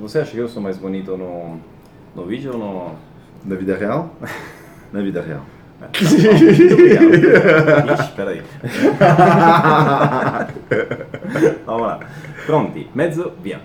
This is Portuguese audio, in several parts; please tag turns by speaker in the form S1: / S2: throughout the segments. S1: Você acha que eu sou mais bonito no, no vídeo ou no.
S2: Na vida real? Na vida real.
S1: É, tá bom. Muito obrigado. Ixi, peraí. Vamos lá. Pronti, mezzo, via.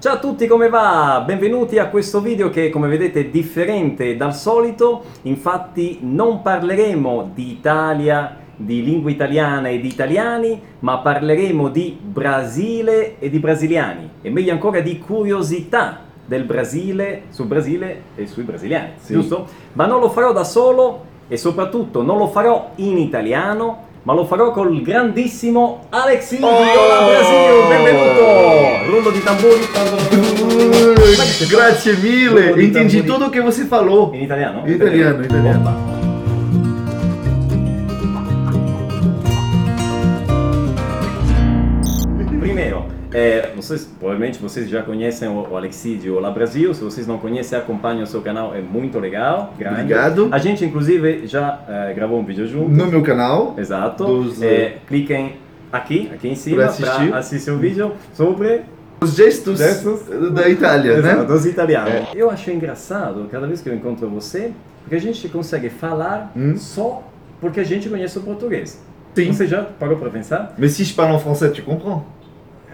S1: Ciao a tutti, come va? Benvenuti a questo video che come vedete è differente dal solito. Infatti non parleremo di Italia, di lingua italiana e di italiani, ma parleremo di Brasile e di brasiliani. E meglio ancora di curiosità del Brasile, sul Brasile e sui brasiliani,
S2: Sì.
S1: giusto? Ma non lo farò da solo e soprattutto non lo farò in italiano, ma lo farò col grandissimo Alexi
S2: Oh!
S1: Viola Brasil, benvenuto! Rullo di tamburi. Come si fa?
S2: Grazie mille!
S1: Rullo di
S2: Entendi
S1: tamburi.
S2: tudo tá o que você falou.
S1: In italiano?
S2: In italiano, in italiano.
S1: Bomba. Primeiro, eh, vocês, provavelmente vocês já conhecem o, o Alexídio lá Brasil. Se vocês não conhecem, acompanhem o seu canal, é muito legal. grande.
S2: Obrigado.
S1: A gente, inclusive, já eh, gravou um vídeo junto.
S2: No meu canal.
S1: Exato.
S2: Dos,
S1: Eh, cliquem aqui, aqui em cima,
S2: Pra assistir.
S1: pra assistir o vídeo sobre
S2: Os gestos
S1: Gestos.
S2: da Itália,
S1: Esatto,
S2: né?
S1: dos italianos. Eu acho engraçado cada vez que eu encontro você, porque a gente consegue falar
S2: Hum.
S1: só porque a gente conhece o português.
S2: Sim.
S1: Você já parou para pensar?
S2: Mais si je parle en français, tu comprends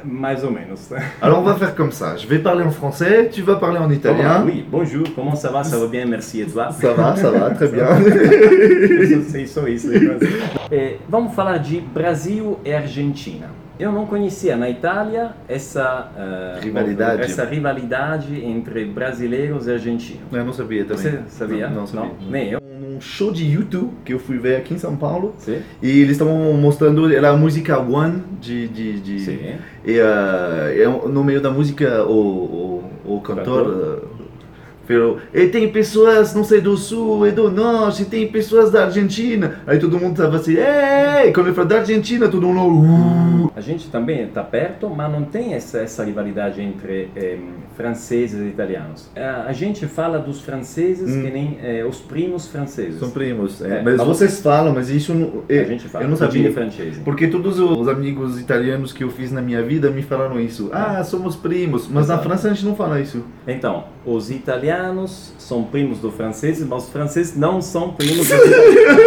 S1: Mais ou menos.
S2: Alors on va faire comme ça. Je vais parler en français, tu vas parler en italien.
S1: Oui, bonjour, comment ça va? Ça va bien, merci, et toi?
S2: Ça va, ça va, très
S1: Ça
S2: bien.
S1: va. Eu sei só isso. né, É, vamos falar de Brasil e Argentina. Eu não conhecia na Itália essa eh,
S2: Rivalidade.
S1: essa rivalidade entre brasileiros e argentinos.
S2: Eu não sabia também.
S1: Você sabia?
S2: Não, não sabia.
S1: Nem eu.
S2: Num show de YouTube que eu fui ver aqui em São Paulo.
S1: Sim.
S2: E eles estavam mostrando era a música One de. de, de-
S1: Sim.
S2: E ah, é um- no meio da música o, o, o cantor. ah, falou, e tem pessoas, não sei, do sul e do norte, tem pessoas da Argentina. Aí todo mundo tava assim, é! Quando ele falou da Argentina, todo mundo. "Uh".
S1: A gente também está perto, mas não tem essa, essa rivalidade entre ehm, franceses e italianos. A, a gente fala dos franceses
S2: Hum.
S1: que nem eh, os primos franceses.
S2: São primos. é.
S1: É,
S2: mas
S1: tá bom.
S2: vocês falam, mas isso não.
S1: a
S2: é-
S1: gente fala.
S2: eu não sabia.
S1: Cugini francese.
S2: Porque todos os amigos italianos que eu fiz na minha vida me falaram isso. Ah, somos primos. Mas na
S1: Exato.
S2: França a gente não fala isso.
S1: Então, os italianos são primos do francês, mas os franceses não são primos dos italianos.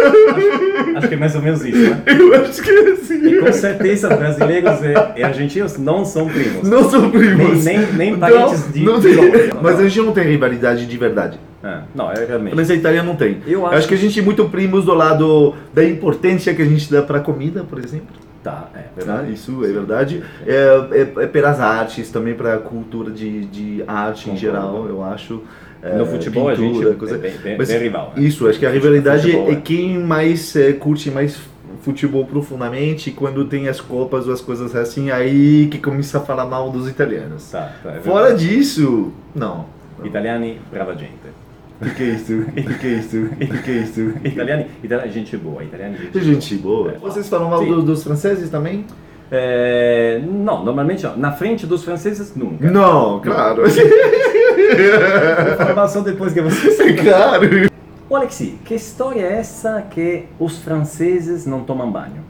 S1: Acho- Acho que é mais ou menos isso, né?
S2: Eu acho que é assim.
S1: E com certeza brasileiros e, e argentinos não são primos.
S2: Não são primos.
S1: Nem, nem, nem parentes
S2: não,
S1: de
S2: não
S1: de
S2: tem.
S1: longe. Não,
S2: Mas
S1: não.
S2: a gente não tem rivalidade de verdade.
S1: É, não, é realmente.
S2: Mas a Itália não tem.
S1: Eu
S2: Eu
S1: acho
S2: acho que a gente é muito primos do lado da importância que a gente dá pra comida, por exemplo.
S1: Tá, é
S2: Tá?
S1: verdade.
S2: Isso é verdade. É, é, é pelas artes, também pra cultura de, de arte em
S1: Concordo.
S2: geral, eu acho. É,
S1: No futebol a
S2: pintura,
S1: gente
S2: coisa-
S1: é bem, bem-
S2: Mas
S1: bem rival. né?
S2: Isso, acho que a rivalidade
S1: Futebol,
S2: é
S1: né?
S2: quem mais é, curte mais futebol profundamente quando tem as copas ou as coisas assim, aí que começa a falar mal dos italianos.
S1: Tá, tá, é
S2: Fora
S1: verdade.
S2: disso, não.
S1: Italiani, brava gente.
S2: O que é isso? O que é isso? O que é isso?
S1: Italiani, italiani gente boa. Italiani, gente
S2: Gente boa.
S1: É.
S2: Vocês falam mal
S1: Sim.
S2: do- dos franceses também?
S1: boa. É, não, normalmente não. Na frente dos franceses, nunca.
S2: Não, claro.
S1: Falar só depois que vocês...
S2: claro.
S1: Ô, Alexi, que história é essa que os franceses não tomam banho?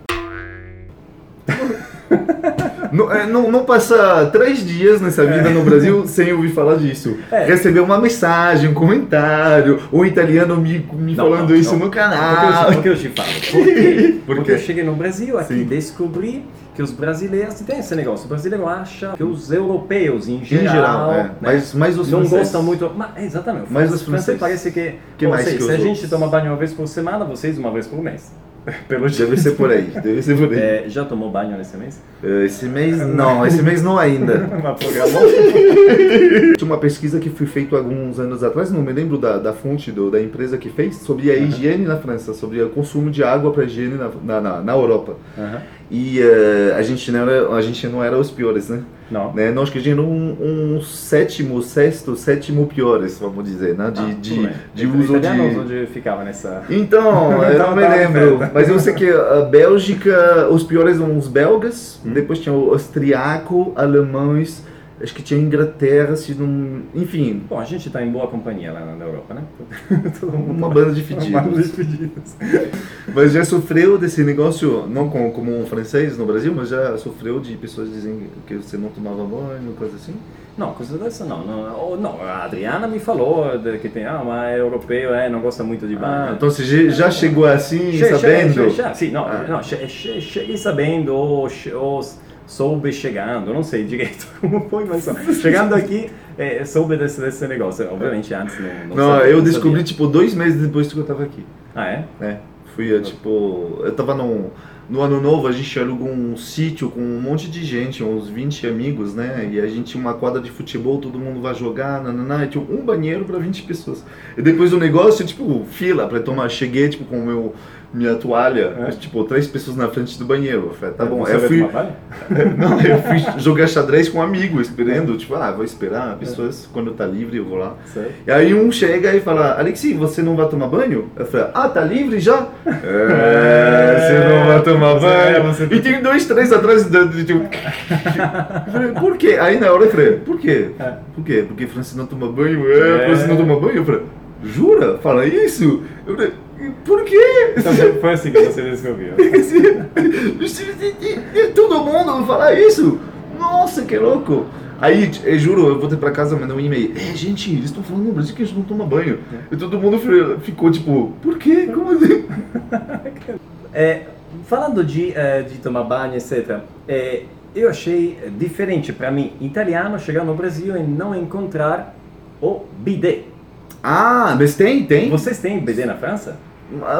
S2: Não, é, não, não passa três dias nessa vida no Brasil sem ouvir falar disso.
S1: É.
S2: Receber uma mensagem, um comentário, um italiano me, me
S1: Não,
S2: falando
S1: não,
S2: isso
S1: não.
S2: no
S1: Por
S2: canal.
S1: que eu- por que eu te falo? Por quê?
S2: Ah. Por
S1: Porque
S2: quê?
S1: eu cheguei no Brasil aqui e
S2: Sim.
S1: descobri que os brasileiros tem esse negócio. O brasileiro acha que os europeus em
S2: Em
S1: geral,
S2: geral, é.
S1: né,
S2: mas, mas os
S1: não
S2: franceses-
S1: gostam muito. Mas, é, exatamente.
S2: Mas
S1: Fran-
S2: os franceses-
S1: parece que.
S2: Que
S1: ou
S2: mais
S1: seja,
S2: que
S1: se
S2: os
S1: a gente
S2: outros?
S1: toma banho uma vez por semana, vocês uma vez por mês. Pelo jeito.
S2: Deve ser por aí, deve ser por aí.
S1: É, já tomou banho nesse mês?
S2: Eh, Esse mês não, esse mês não ainda.
S1: Mas programou?
S2: Tinha uma pesquisa que foi feita alguns anos atrás, não me lembro da, da fonte do- da empresa que fez, sobre a
S1: Aham.
S2: higiene na França, sobre o consumo de água para higiene na, na, na- na Europa.
S1: Aham.
S2: E eh, a, gente não era, a gente não era os piores, né?
S1: Não.
S2: né? Nós que tínhamos um, um sétimo, sexto, sétimo piores, vamos dizer, né? De,
S1: Ah, tudo
S2: de,
S1: bem.
S2: de uso de...
S1: Italianos, onde eu ficava nessa.
S2: Então, eu
S1: Então
S2: não me
S1: tá,
S2: lembro.
S1: tá.
S2: Mas eu sei que a Bélgica, os piores são os belgas,
S1: Hum.
S2: depois tinha o austríaco, alemães, acho que tinha Inglaterra, se não. Enfim,
S1: Bom, a gente tá em boa companhia lá na na Europa, né? Todo tá
S2: uma banda de
S1: Vários
S2: fedidos.
S1: despedidos.
S2: Mas já sofreu desse negócio, não com- como um francês no Brasil, mas já sofreu de pessoas dizendo que você não tomava banho, coisa assim?
S1: No, questo adesso no, no, oh, no, a Adriana me falou de- que tem, ah, mas é europeu, é, não gosta muito de
S2: Ah,
S1: banho.
S2: então você já- já chegou assim,
S1: Che- che- che-
S2: sabendo?
S1: che- Sì, no,
S2: Ah.
S1: no, che- che- cheguei sabendo ou, che- ou s- soube chegando, não sei direito como foi, mas só- chegando aqui é, soube desse, desse negócio. Obviamente antes não, não
S2: Não,
S1: sabia,
S2: eu
S1: não
S2: descobri tipo dois meses depois que eu tava aqui.
S1: sabia. Ah, é?
S2: né? Fui, eh, tipo, eu tava num, no ano novo, a gente alugou um sítio com um monte de gente, uns 20 amigos, né? E a gente tinha uma quadra de futebol, todo mundo vai jogar, nananá, e tinha um banheiro pra 20 pessoas. E depois do negócio, tipo, fila pra tomar. Cheguei, tipo, com o meu, minha toalha,
S1: É.
S2: tipo, três pessoas na frente do banheiro. Eu falei, tá bom.
S1: Você
S2: Eu
S1: vai
S2: fui,
S1: tomar banho?
S2: não, eu fui jogar xadrez com um amigo, esperando, tipo, ah, vou esperar,
S1: É.
S2: pessoas, quando tá livre eu vou lá.
S1: Certo.
S2: E aí um chega e fala, Alexi, você não vai tomar banho? Eu falo, ah, tá livre já? É, você não vai tomar
S1: Você- é,
S2: banho. tá
S1: você-
S2: E tem dois, três atrás de, de, tipo. Eu falei, por quê? Aí na hora eu falei, por quê?
S1: É.
S2: Por quê? Porque Francis não toma banho? É,
S1: É.
S2: Francis não toma banho? Eu falei, jura? Fala isso? Eu falei, por quê?
S1: Então foi- foi assim que você descobriu.
S2: E Todo mundo fala isso. Nossa, que louco. Aí, eu juro, eu voltei pra casa, mandei um e-mail. É, gente, eles estão falando no Brasil que a gente não toma banho. E todo mundo fi- ficou tipo, por quê? Como assim?
S1: É, falando de, eh, de tomar banho, etc., é, eu achei diferente para mim, italiano, chegar no Brasil e não encontrar o bidê.
S2: Ah, mas tem, tem.
S1: Vocês têm bidê na França?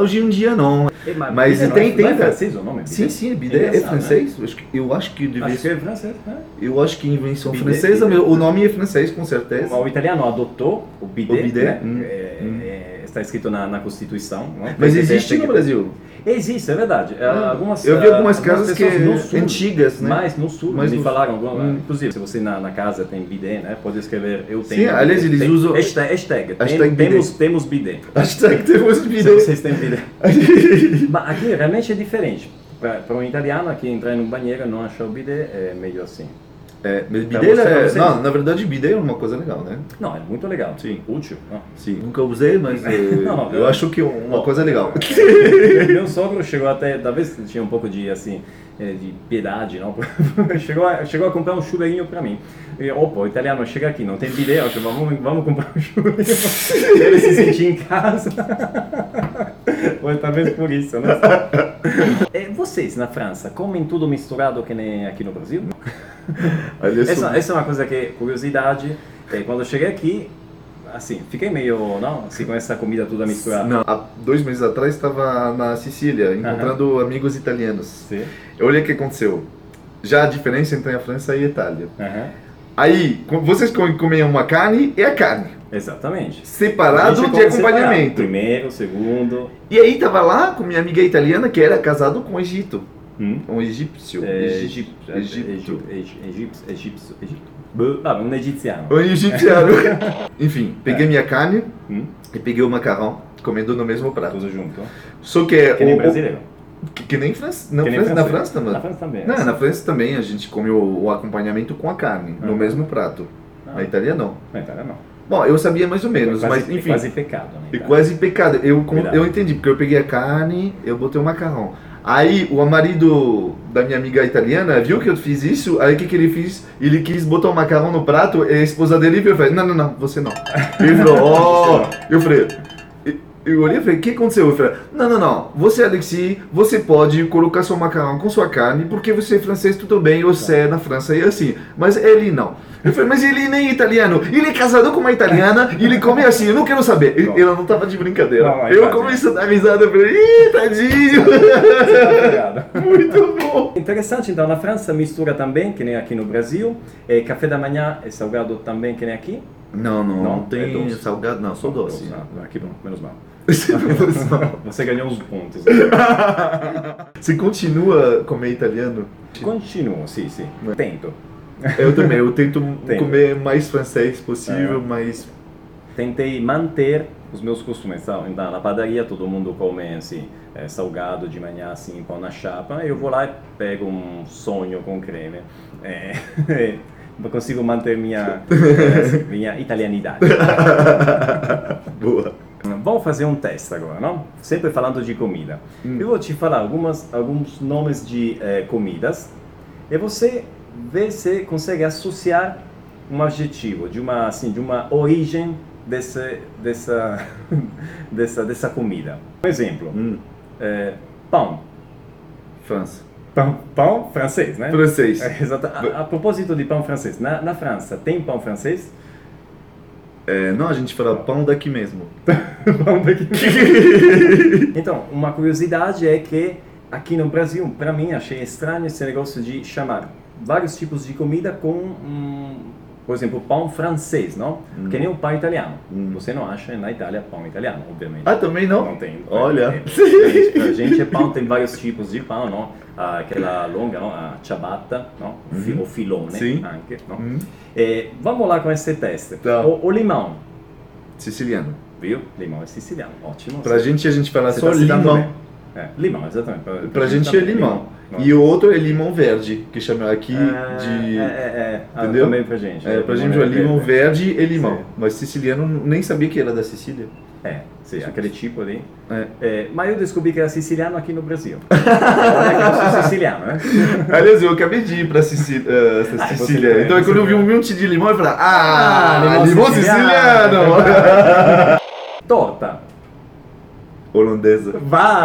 S2: Hoje em dia não.
S1: É,
S2: Mas
S1: bidê não
S2: tem-
S1: é,
S2: tem,
S1: não é
S2: cara.
S1: francês o nome?
S2: Sim,
S1: Bidê?
S2: sim, bidé é
S1: Engraçado, né?
S2: francês. Eu acho que- Eu acho que deve
S1: Acho que
S2: ser.
S1: é francês, né?
S2: Eu acho que é invenção
S1: Bidé,
S2: francesa,
S1: bidé.
S2: mas o nome é francês, com certeza.
S1: O italiano adotou o bidê,
S2: O bidé,
S1: né?
S2: hum,
S1: É,
S2: hum.
S1: é, está escrito na, na Constituição. não? Tem
S2: Mas
S1: que-
S2: existe
S1: tem que-
S2: no Brasil. Ah,
S1: Existe, é verdade. É, Algumas,
S2: eu vi
S1: eh,
S2: algumas casas que é
S1: pessoas no sul
S2: antigas, né?
S1: Mas no sul,
S2: Mas
S1: me
S2: no
S1: falaram, alguma-
S2: Hum.
S1: inclusive, se você na, na casa tem bidê, né, pode escrever eu
S2: Sim,
S1: tenho.
S2: aliás, eles
S1: Tem-
S2: usam-
S1: Hashtag, hashtag, tem-
S2: Hashtag bidê.
S1: temos, temos bidê.
S2: Hashtag temos
S1: Se
S2: bidé.
S1: vocês têm bidê. Mas aqui realmente é diferente. Para um italiano que entrar no banheiro e não achar o bidê, é meio assim.
S2: É, mas
S1: Pra
S2: bidê
S1: você, pra
S2: é.
S1: você.
S2: Não, na verdade, bidê é uma coisa legal, né?
S1: Não, é muito legal.
S2: Sim.
S1: Útil. não.
S2: Sim. Nunca usei, mas eh,
S1: Não, não,
S2: eu
S1: não.
S2: acho que é uma
S1: Bom.
S2: coisa legal.
S1: Meu sogro chegou até, talvez tinha um pouco de assim eh, de piedade, não? chegou, a, chegou a comprar um chuveirinho para mim. E, opa, o italiano chega aqui, não tem bidê, eu chamo, vamos, vamos comprar um chuveirinho. Ele se sentir em casa. Ou talvez por isso, né? Eh, Vocês na França comem tudo misturado que nem aqui no Brasil?
S2: Aliás,
S1: Essa,
S2: sobre-
S1: essa é uma coisa que, curiosidade, eh, quando eu cheguei aqui, assim, fiquei meio, não? Assim, com essa comida toda misturada.
S2: Não, há dois meses atrás estava na Sicília, encontrando amigos italianos.
S1: Sim.
S2: Eu olhei o que aconteceu. Já a diferença entre a França e a Itália.
S1: Aham.
S2: Aí, com- vocês comem comem uma carne, é a carne.
S1: Exatamente.
S2: Separado
S1: Deixa
S2: de
S1: como separado.
S2: acompanhamento.
S1: Primeiro, segundo.
S2: E aí tava lá com minha amiga italiana que era casado com um Egito.
S1: Hum?
S2: Um egípcio.
S1: É,
S2: Egípcio.
S1: é,
S2: Egito.
S1: Egito. Egípcio. Egípcio. Egito. Ah, um egipciano.
S2: Um egípcio. Enfim, peguei minha carne
S1: É. Hum?
S2: e peguei o macarrão, comendo no mesmo prato.
S1: Tudo junto.
S2: Só que, é
S1: Que nem
S2: o,
S1: brasileiro.
S2: o- que, que nem França. Não,
S1: Que nem
S2: França- na
S1: francês.
S2: França também.
S1: Na França também. é assim.
S2: Não, na França também a gente come o, o acompanhamento com a carne, no
S1: Uhum.
S2: mesmo prato.
S1: Ah.
S2: Na Itália não.
S1: Na Itália não.
S2: Bom, eu sabia mais ou menos,
S1: É quase-
S2: mas enfim.
S1: É quase pecado. Né?
S2: E quase pecado. Eu, com-
S1: Cuidado.
S2: eu entendi, porque eu peguei a carne, eu botei o macarrão. Aí o marido da minha amiga italiana viu que eu fiz isso, aí o que, que ele fez? Ele quis botar o macarrão no prato e a esposa dele viu e falou, não, não, não, você não. Ele falou, ó, eu falei... Eu olhei e falei, o que aconteceu? Eu falei, não, não, não, você, Alexi, você pode colocar seu macarrão com sua carne, porque você é francês, tudo bem,
S1: Tá.
S2: você é na França e assim, mas ele não. Eu falei, mas ele nem é italiano, ele é casado com uma italiana, e ele come assim, eu não quero saber. E-
S1: Não.
S2: Ela não tava de brincadeira.
S1: Não, é mas
S2: eu
S1: faz,
S2: comecei a dar risada, eu falei, ih, tadinho,
S1: Obrigado.
S2: muito bom.
S1: Interessante, então, na França mistura também, que nem aqui no Brasil. Eh, café da manhã é salgado também, que nem aqui.
S2: Não, não,
S1: Não, é doce.
S2: salgado, não, só
S1: Ah, Aqui não, menos mal.
S2: Você não-
S1: Você ganhou uns pontos.
S2: Você continua a comer italiano?
S1: Continuo, sim, sim. Tento.
S2: Eu também, eu tento
S1: Tem.
S2: comer mais francês possível,
S1: Ah.
S2: mas
S1: Tentei manter os meus costumes. Então, então, na padaria todo mundo come assim, eh, salgado de manhã, assim, pão na chapa. Eu vou lá e pego um sonho com creme. É, consigo manter minha, eh, assim, minha italianidade.
S2: Boa.
S1: Vamos fazer um teste agora, não? Sempre falando de comida.
S2: Hum.
S1: Eu vou te falar algumas, alguns nomes de eh, comidas e você vê se consegue associar um adjetivo, de uma, assim, de uma origem desse, dessa, dessa, dessa comida. Um exemplo,
S2: Hum,
S1: é, pão.
S2: França.
S1: pão. Pão francês, né?
S2: Francês.
S1: É, exato. A, a propósito de pão francês, na, na França tem pão francês?
S2: É, não, a gente fala pão daqui mesmo.
S1: Pão daqui. Então, uma curiosidade é que aqui no Brasil, para mim, achei estranho esse negócio de chamar vários tipos de comida com, hum, por exemplo, pão francês, não?
S2: Hum.
S1: Que nem o pão italiano.
S2: Hum.
S1: Você não acha na Itália pão italiano, obviamente.
S2: Ah, também não?
S1: Não tem.
S2: Olha.
S1: É, diferente. Pra gente é pão, tem vários tipos de pão, não? Ah, Aquela longa, não? A ciabatta, não? O fi-
S2: Uhum.
S1: O filone,
S2: Sim.
S1: anche, não?
S2: Hum,
S1: Eh, vamos lá com esse teste.
S2: Tá.
S1: O, o limão,
S2: Siciliano.
S1: viu? Limão é siciliano, ótimo.
S2: Pra gente, a gente fala
S1: Você
S2: só
S1: tá se dando
S2: limão.
S1: bem. É, limão, exatamente. Pra,
S2: Pra gente é
S1: também,
S2: limão.
S1: limão.
S2: E o outro é limão verde, que chama aqui
S1: É,
S2: de.
S1: É, é, é. Ah,
S2: Entendeu?
S1: também pra gente.
S2: É, pra gente, é
S1: limão
S2: limão verde e limão.
S1: Sim.
S2: Mas siciliano nem sabia que era da Sicília.
S1: É, sim, aquele tipo ali.
S2: É.
S1: É, mas eu descobri que era siciliano aqui no Brasil. Olha que eu sou siciliano, né?
S2: Aliás, eu acabei de ir pra Sicília. eh,
S1: Ah, você
S2: Sicília.
S1: foi,
S2: Então,
S1: você
S2: quando eu vi
S1: foi.
S2: um monte de limão, eu falei: Ah,
S1: Ah, limão
S2: limão
S1: siciliano.
S2: siciliano!
S1: Torta.
S2: Holandesa.
S1: Tota. Vai!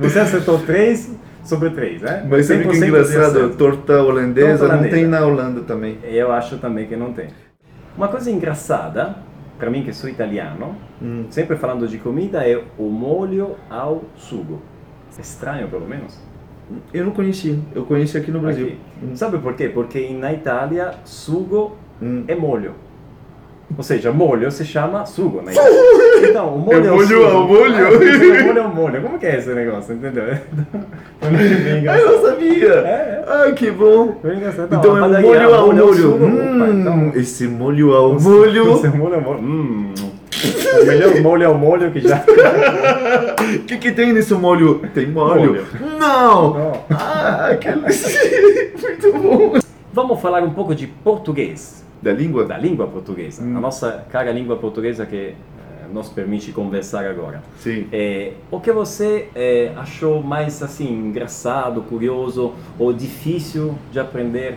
S1: Você acertou 3 sobre 3, né?
S2: Mas sabe que é
S1: 100% de
S2: engraçado?
S1: acerto.
S2: Torta holandesa
S1: Torta
S2: não tem
S1: holandesa.
S2: na Holanda também.
S1: Eu acho também que não tem. Uma coisa engraçada, pra mim que sou italiano,
S2: Hum.
S1: sempre falando de comida, é o molho ao sugo. É Estranho, pelo menos.
S2: Eu não conheci. Eu conheci aqui no Brasil.
S1: Aqui. Sabe por quê? Porque na Itália, sugo
S2: Hum.
S1: é molho. Ou seja, molho se chama sugo na Itália. Então, o molho
S2: É
S1: é, o
S2: molho
S1: sugo.
S2: ao molho.
S1: Ah, o molho é o molho. Como que é esse negócio, entendeu? Então, é bem
S2: Ah, eu
S1: engraçado.
S2: não sabia!
S1: É, é.
S2: Ah, que bom!
S1: Bem engraçado. Não,
S2: Então
S1: a
S2: é um
S1: padaria,
S2: molho ao
S1: ao
S2: molho.
S1: sugo, opa, então-
S2: Hum, esse molho ao
S1: Nossa,
S2: molho.
S1: Esse molho é molho. Hum. O melhor molho é o molho que já.
S2: O que, que tem nesse molho? Tem molho. Não!
S1: Não.
S2: Ah, aquele. Muito bom.
S1: Vamos falar um pouco de português,
S2: Da língua?
S1: da língua portuguesa,
S2: Hum.
S1: a nossa cara língua portuguesa que eh, nos permite conversar agora.
S2: Sim.
S1: É, o que você eh, achou mais assim engraçado, curioso ou difícil de aprender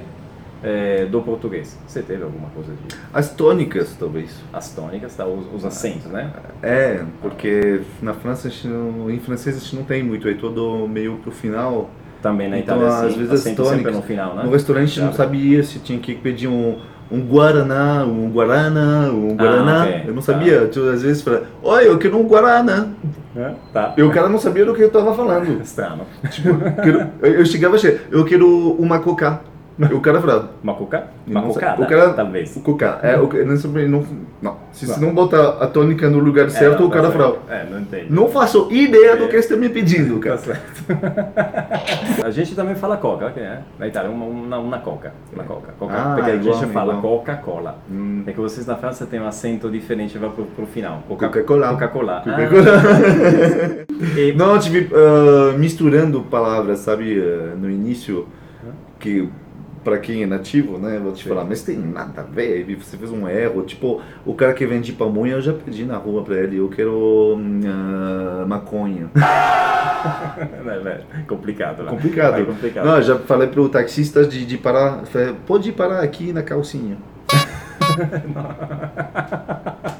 S1: eh, do português? Você teve alguma coisa de
S2: As tônicas, talvez.
S1: as tônicas, tá? os, os acentos, né?
S2: É, porque na França, a gente não- em francês a gente não tem muito, é todo meio pro final.
S1: Também na
S2: Então,
S1: Itália,
S2: às
S1: assim,
S2: vezes as
S1: acento sempre
S2: tônicas-
S1: no final, né?
S2: No restaurante a gente não
S1: Claro.
S2: sabia se tinha que pedir um, um guaraná, um guaraná, um
S1: Ah,
S2: guaraná.
S1: ok. Tá.
S2: Eu não sabia, tu, às vezes falava, olha, eu quero um guaraná.
S1: Hã? Tá.
S2: E o cara não sabia do que eu tava falando.
S1: Strano.
S2: Quero- eu eu chegava e cheia, eu quero uma coca. E o cara falava,
S1: Uma cuca?
S2: E
S1: Uma
S2: não sei,
S1: cucada,
S2: o cara-
S1: talvez.
S2: o coca. É, o, ca- não, sabe- não, não. Se você
S1: Não.
S2: não botar a tônica no lugar certo, o cara
S1: fral.
S2: falava,
S1: É, não entende.
S2: não faço ideia
S1: É.
S2: do que você está me pedindo,
S1: Tá
S2: cara.
S1: certo. a gente também fala coca, que é na Itália, uma, uma, uma coca. Uma coca. coca
S2: Ah,
S1: porque a
S2: igual,
S1: gente fala
S2: igual.
S1: Coca-Cola.
S2: Hum.
S1: É que vocês na França têm um acento diferente, vai pro, pro final. Coca-
S2: Coca-Cola.
S1: Coca-Cola.
S2: Coca-Cola.
S1: Ah, e-
S2: Não, eu tive ah, misturando palavras, sabe, ah, no início, que pra quem é nativo, né, eu vou te falar, mas tem nada a ver, e você fez um erro, tipo, o cara que vende pamonha, eu já pedi na rua pra ele, eu quero hum, ah, maconha.
S1: é, é complicado. né?
S2: Complicado.
S1: É complicado.
S2: Não, eu já falei pro taxista de, de parar, falei, pode parar aqui na calcinha.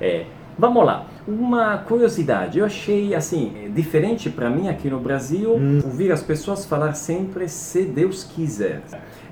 S1: É, vamos lá. Uma curiosidade, eu achei assim, é, diferente para mim aqui no Brasil
S2: Hum.
S1: ouvir as pessoas falar sempre se Deus quiser.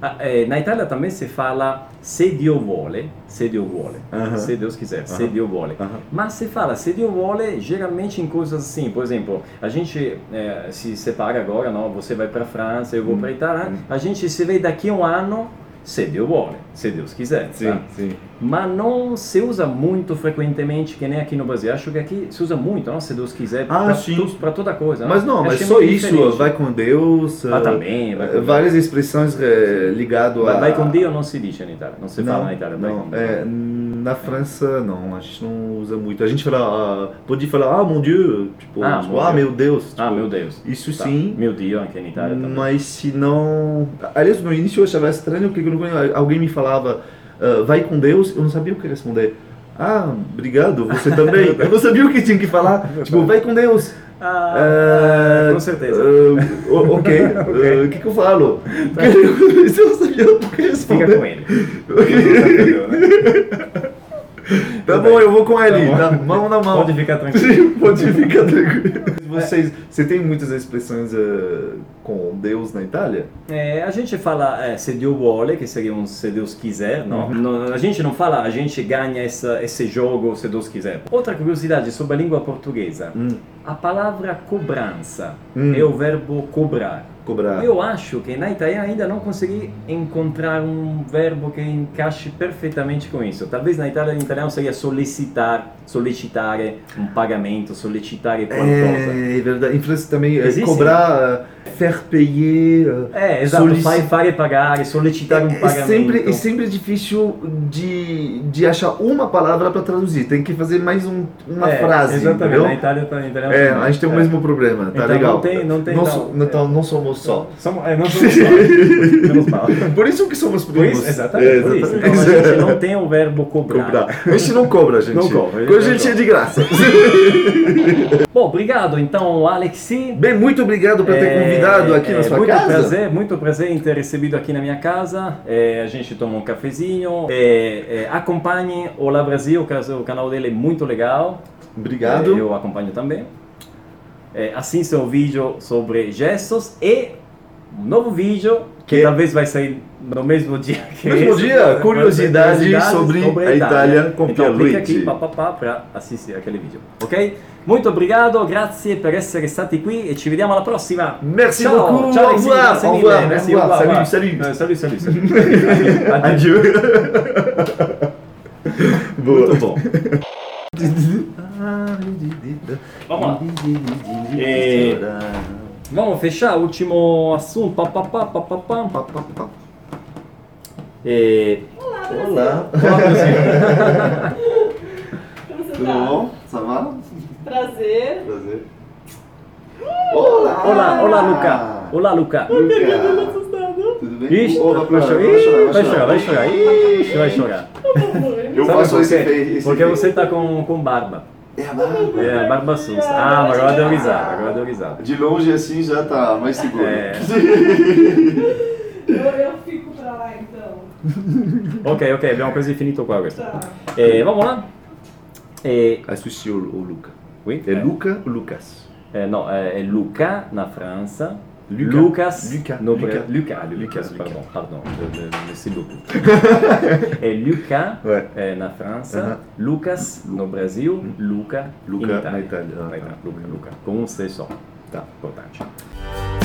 S1: Ah, é, na Itália também se fala se Dio vuole, se Dio vuole,
S2: Aham.
S1: se Deus quiser, se
S2: Aham.
S1: Dio vuole. Mas se fala se Dio vuole geralmente em coisas assim, por exemplo, a gente é, se separa agora, não? Você vai para a França, eu vou
S2: Hum.
S1: para a Itália,
S2: Hum.
S1: a gente se vê daqui a um ano se Dio vuole, se Deus quiser. tá?
S2: sim.
S1: mas não se usa muito frequentemente, que nem aqui no Brasil. Acho que aqui se usa muito, não? se Deus quiser,
S2: Ah,
S1: para
S2: sim.
S1: tu- para toda coisa. né?
S2: Mas não,
S1: Então, Eu
S2: mas
S1: achei
S2: só
S1: é muito
S2: isso,
S1: diferente.
S2: vai com Deus,
S1: Ah,
S2: ah,
S1: também, vai com
S2: várias expressões eh, ligado
S1: Vai,
S2: a...
S1: vai com Dio não se diz na Itália, não se fala na Itália. vai
S2: não,
S1: com Dio.
S2: é, na França não, a gente não usa muito. A gente fala, ah, pode falar, ah, mon Dieu, tipo,
S1: Ah,
S2: tipo,
S1: mon
S2: ah,
S1: Dieu.
S2: meu Deus.
S1: Ah,
S2: tipo,
S1: meu Deus.
S2: Isso
S1: Tá.
S2: sim,
S1: Meu Dio, anche in Itália também.
S2: mas se não... Aliás, no início eu achava estranho, porque quando alguém me falava, ah, vai com Deus, eu não sabia o que responder. Ah, obrigado, você também. Eu não sabia o que tinha que falar. Tipo, vai com Deus. É,
S1: Ah, com certeza.
S2: Ah, o- ok. Ah, O que, que eu falo? Isso eu não sabia o que responder.
S1: Tá. Fica com ele.
S2: Tá bom, eu vou com ele.
S1: Tá
S2: Tá
S1: bom.
S2: mão na mão.
S1: Pode ficar tranquilo. né?
S2: Sim, Pode ficar tranquilo. Vocês, você tem muitas expressões eh, com Deus na Itália?
S1: É, Eh, a gente fala é, se Deus vuole, que seria um se Deus quiser, não? Não, A gente não fala a gente ganha essa, esse jogo se Deus quiser. Outra curiosidade sobre a língua portuguesa.
S2: Hum.
S1: A palavra cobrança
S2: Hum.
S1: é o verbo cobrar.
S2: Cobrar.
S1: Eu acho que na italiana ainda não consegui encontrar um verbo que encaixe perfeitamente com isso. Talvez na Itália em italiano seria solicitar, sollecitare um pagamento, sollecitare qualcosa.
S2: É, é verdade. Em França também é
S1: Existe?
S2: cobrar, eh, faire payer. eh,
S1: É, exato,
S2: Solici-
S1: esatto, fare, fare pagare, sollecitare um
S2: É
S1: pagamento.
S2: sempre, é sempre difícil de, de achar uma palavra para traduzir. Tem que fazer mais um- uma
S1: É,
S2: frase,
S1: Exatamente, na
S2: entendeu?
S1: Itália tá em italiano.
S2: É,
S1: também.
S2: a gente tem o
S1: É.
S2: mesmo problema, tá
S1: Então,
S2: legal?
S1: não tem- não tem,
S2: não,
S1: não.
S2: so- então, não somos só.
S1: Somos, é, não somos só. Menos mal.
S2: Por isso que somos
S1: Por
S2: primos.
S1: isso, exatamente,
S2: É,
S1: por isso. Então
S2: exatamente.
S1: a gente não tem o verbo cobrar.
S2: Cobrar. A gente não cobra, gente.
S1: Não cobra, a gente
S2: Com a
S1: não
S2: gente é
S1: cobra.
S2: de graça.
S1: Bom, obrigado então, Alexi.
S2: Bem, muito obrigado por ter
S1: É,
S2: convidado aqui
S1: é,
S2: na sua
S1: muito
S2: casa.
S1: Prazer, muito prazer em ter recebido aqui na minha casa. É, a gente toma um cafezinho. É, é, acompanhe o La Brasil, o caso- o canal dele é muito legal. É,
S2: Obrigado.
S1: eu acompanho também. É, assista o vídeo sobre gestos e um novo vídeo que,
S2: Que-
S1: talvez vai sair no mesmo dia que
S2: Mesmo
S1: esse.
S2: dia,
S1: Mas
S2: curiosidades sobre a Itália com
S1: então clica
S2: Pierluigi.
S1: aqui papapá para assistir aquele vídeo, ok? Muito obrigado, grazie per essere stati qui e ci vediamo alla prossima.
S2: Merci
S1: ciao,
S2: beaucoup,
S1: ciao,
S2: au
S1: Alexis,
S2: revoir,
S1: grazie
S2: au
S1: mille,
S2: revoir,
S1: merci,
S2: au
S1: au
S2: revoir,
S1: revoir.
S2: salut,
S1: Eh, salut, salut, salut. Addio.
S2: Adieu. Boa.
S1: Muito bom. Vamos lá. E- Vamos fechar, último assunto. Papapá, papapá. E...
S2: Olá.
S1: Olá, Brasil.
S3: Como você
S2: Tudo
S3: tá?
S2: bom? Ça va?
S3: Prazer.
S2: Prazer. Olá.
S1: Olá, olá, Luca. Olá, Luca.
S2: Luca.
S3: Assustado.
S2: Tudo bem?
S1: Ixi,
S2: Olá, vai chorar, vai
S1: Ih,
S2: chorar,
S1: vai chorar, vai chorar. Ixi, vai chorar.
S2: Eu
S1: Sabe
S2: faço
S1: por
S2: esse
S1: quê?
S2: fe- esse
S1: Porque
S2: fe-
S1: você tá com, com barba.
S2: É a barba.
S1: É, a barba sussa. Ah, mas agora deu risada, agora deu risada.
S2: De longe assim já tá mais seguro.
S1: É.
S3: Eu, eu fico pra lá então.
S1: Ok, ok, abbiamo quasi finito qua questo. Eh,
S3: Tá.
S1: E vamos lá? E...
S2: Associou o Luca.
S1: Oui?
S2: É Luca ou Lucas?
S1: Eh, no, eh, è Luca na França.
S2: Luca.
S1: Lucas.
S2: Luca.
S1: No,
S2: Luca.
S1: Luca. Luca, Lucas,
S2: Lucas,
S1: pardon, pardon. eh, je- je- je sais beaucoup. è Eh, Luca
S2: Ouais.
S1: eh, na França.
S2: Uh-huh.
S1: Lucas no Brasil. Luca,
S2: Luca
S1: in Itália.
S2: na Itália. Ah,
S1: Vai,
S2: tá.
S1: Luca, Luca. Com um C só. Tá. Importante.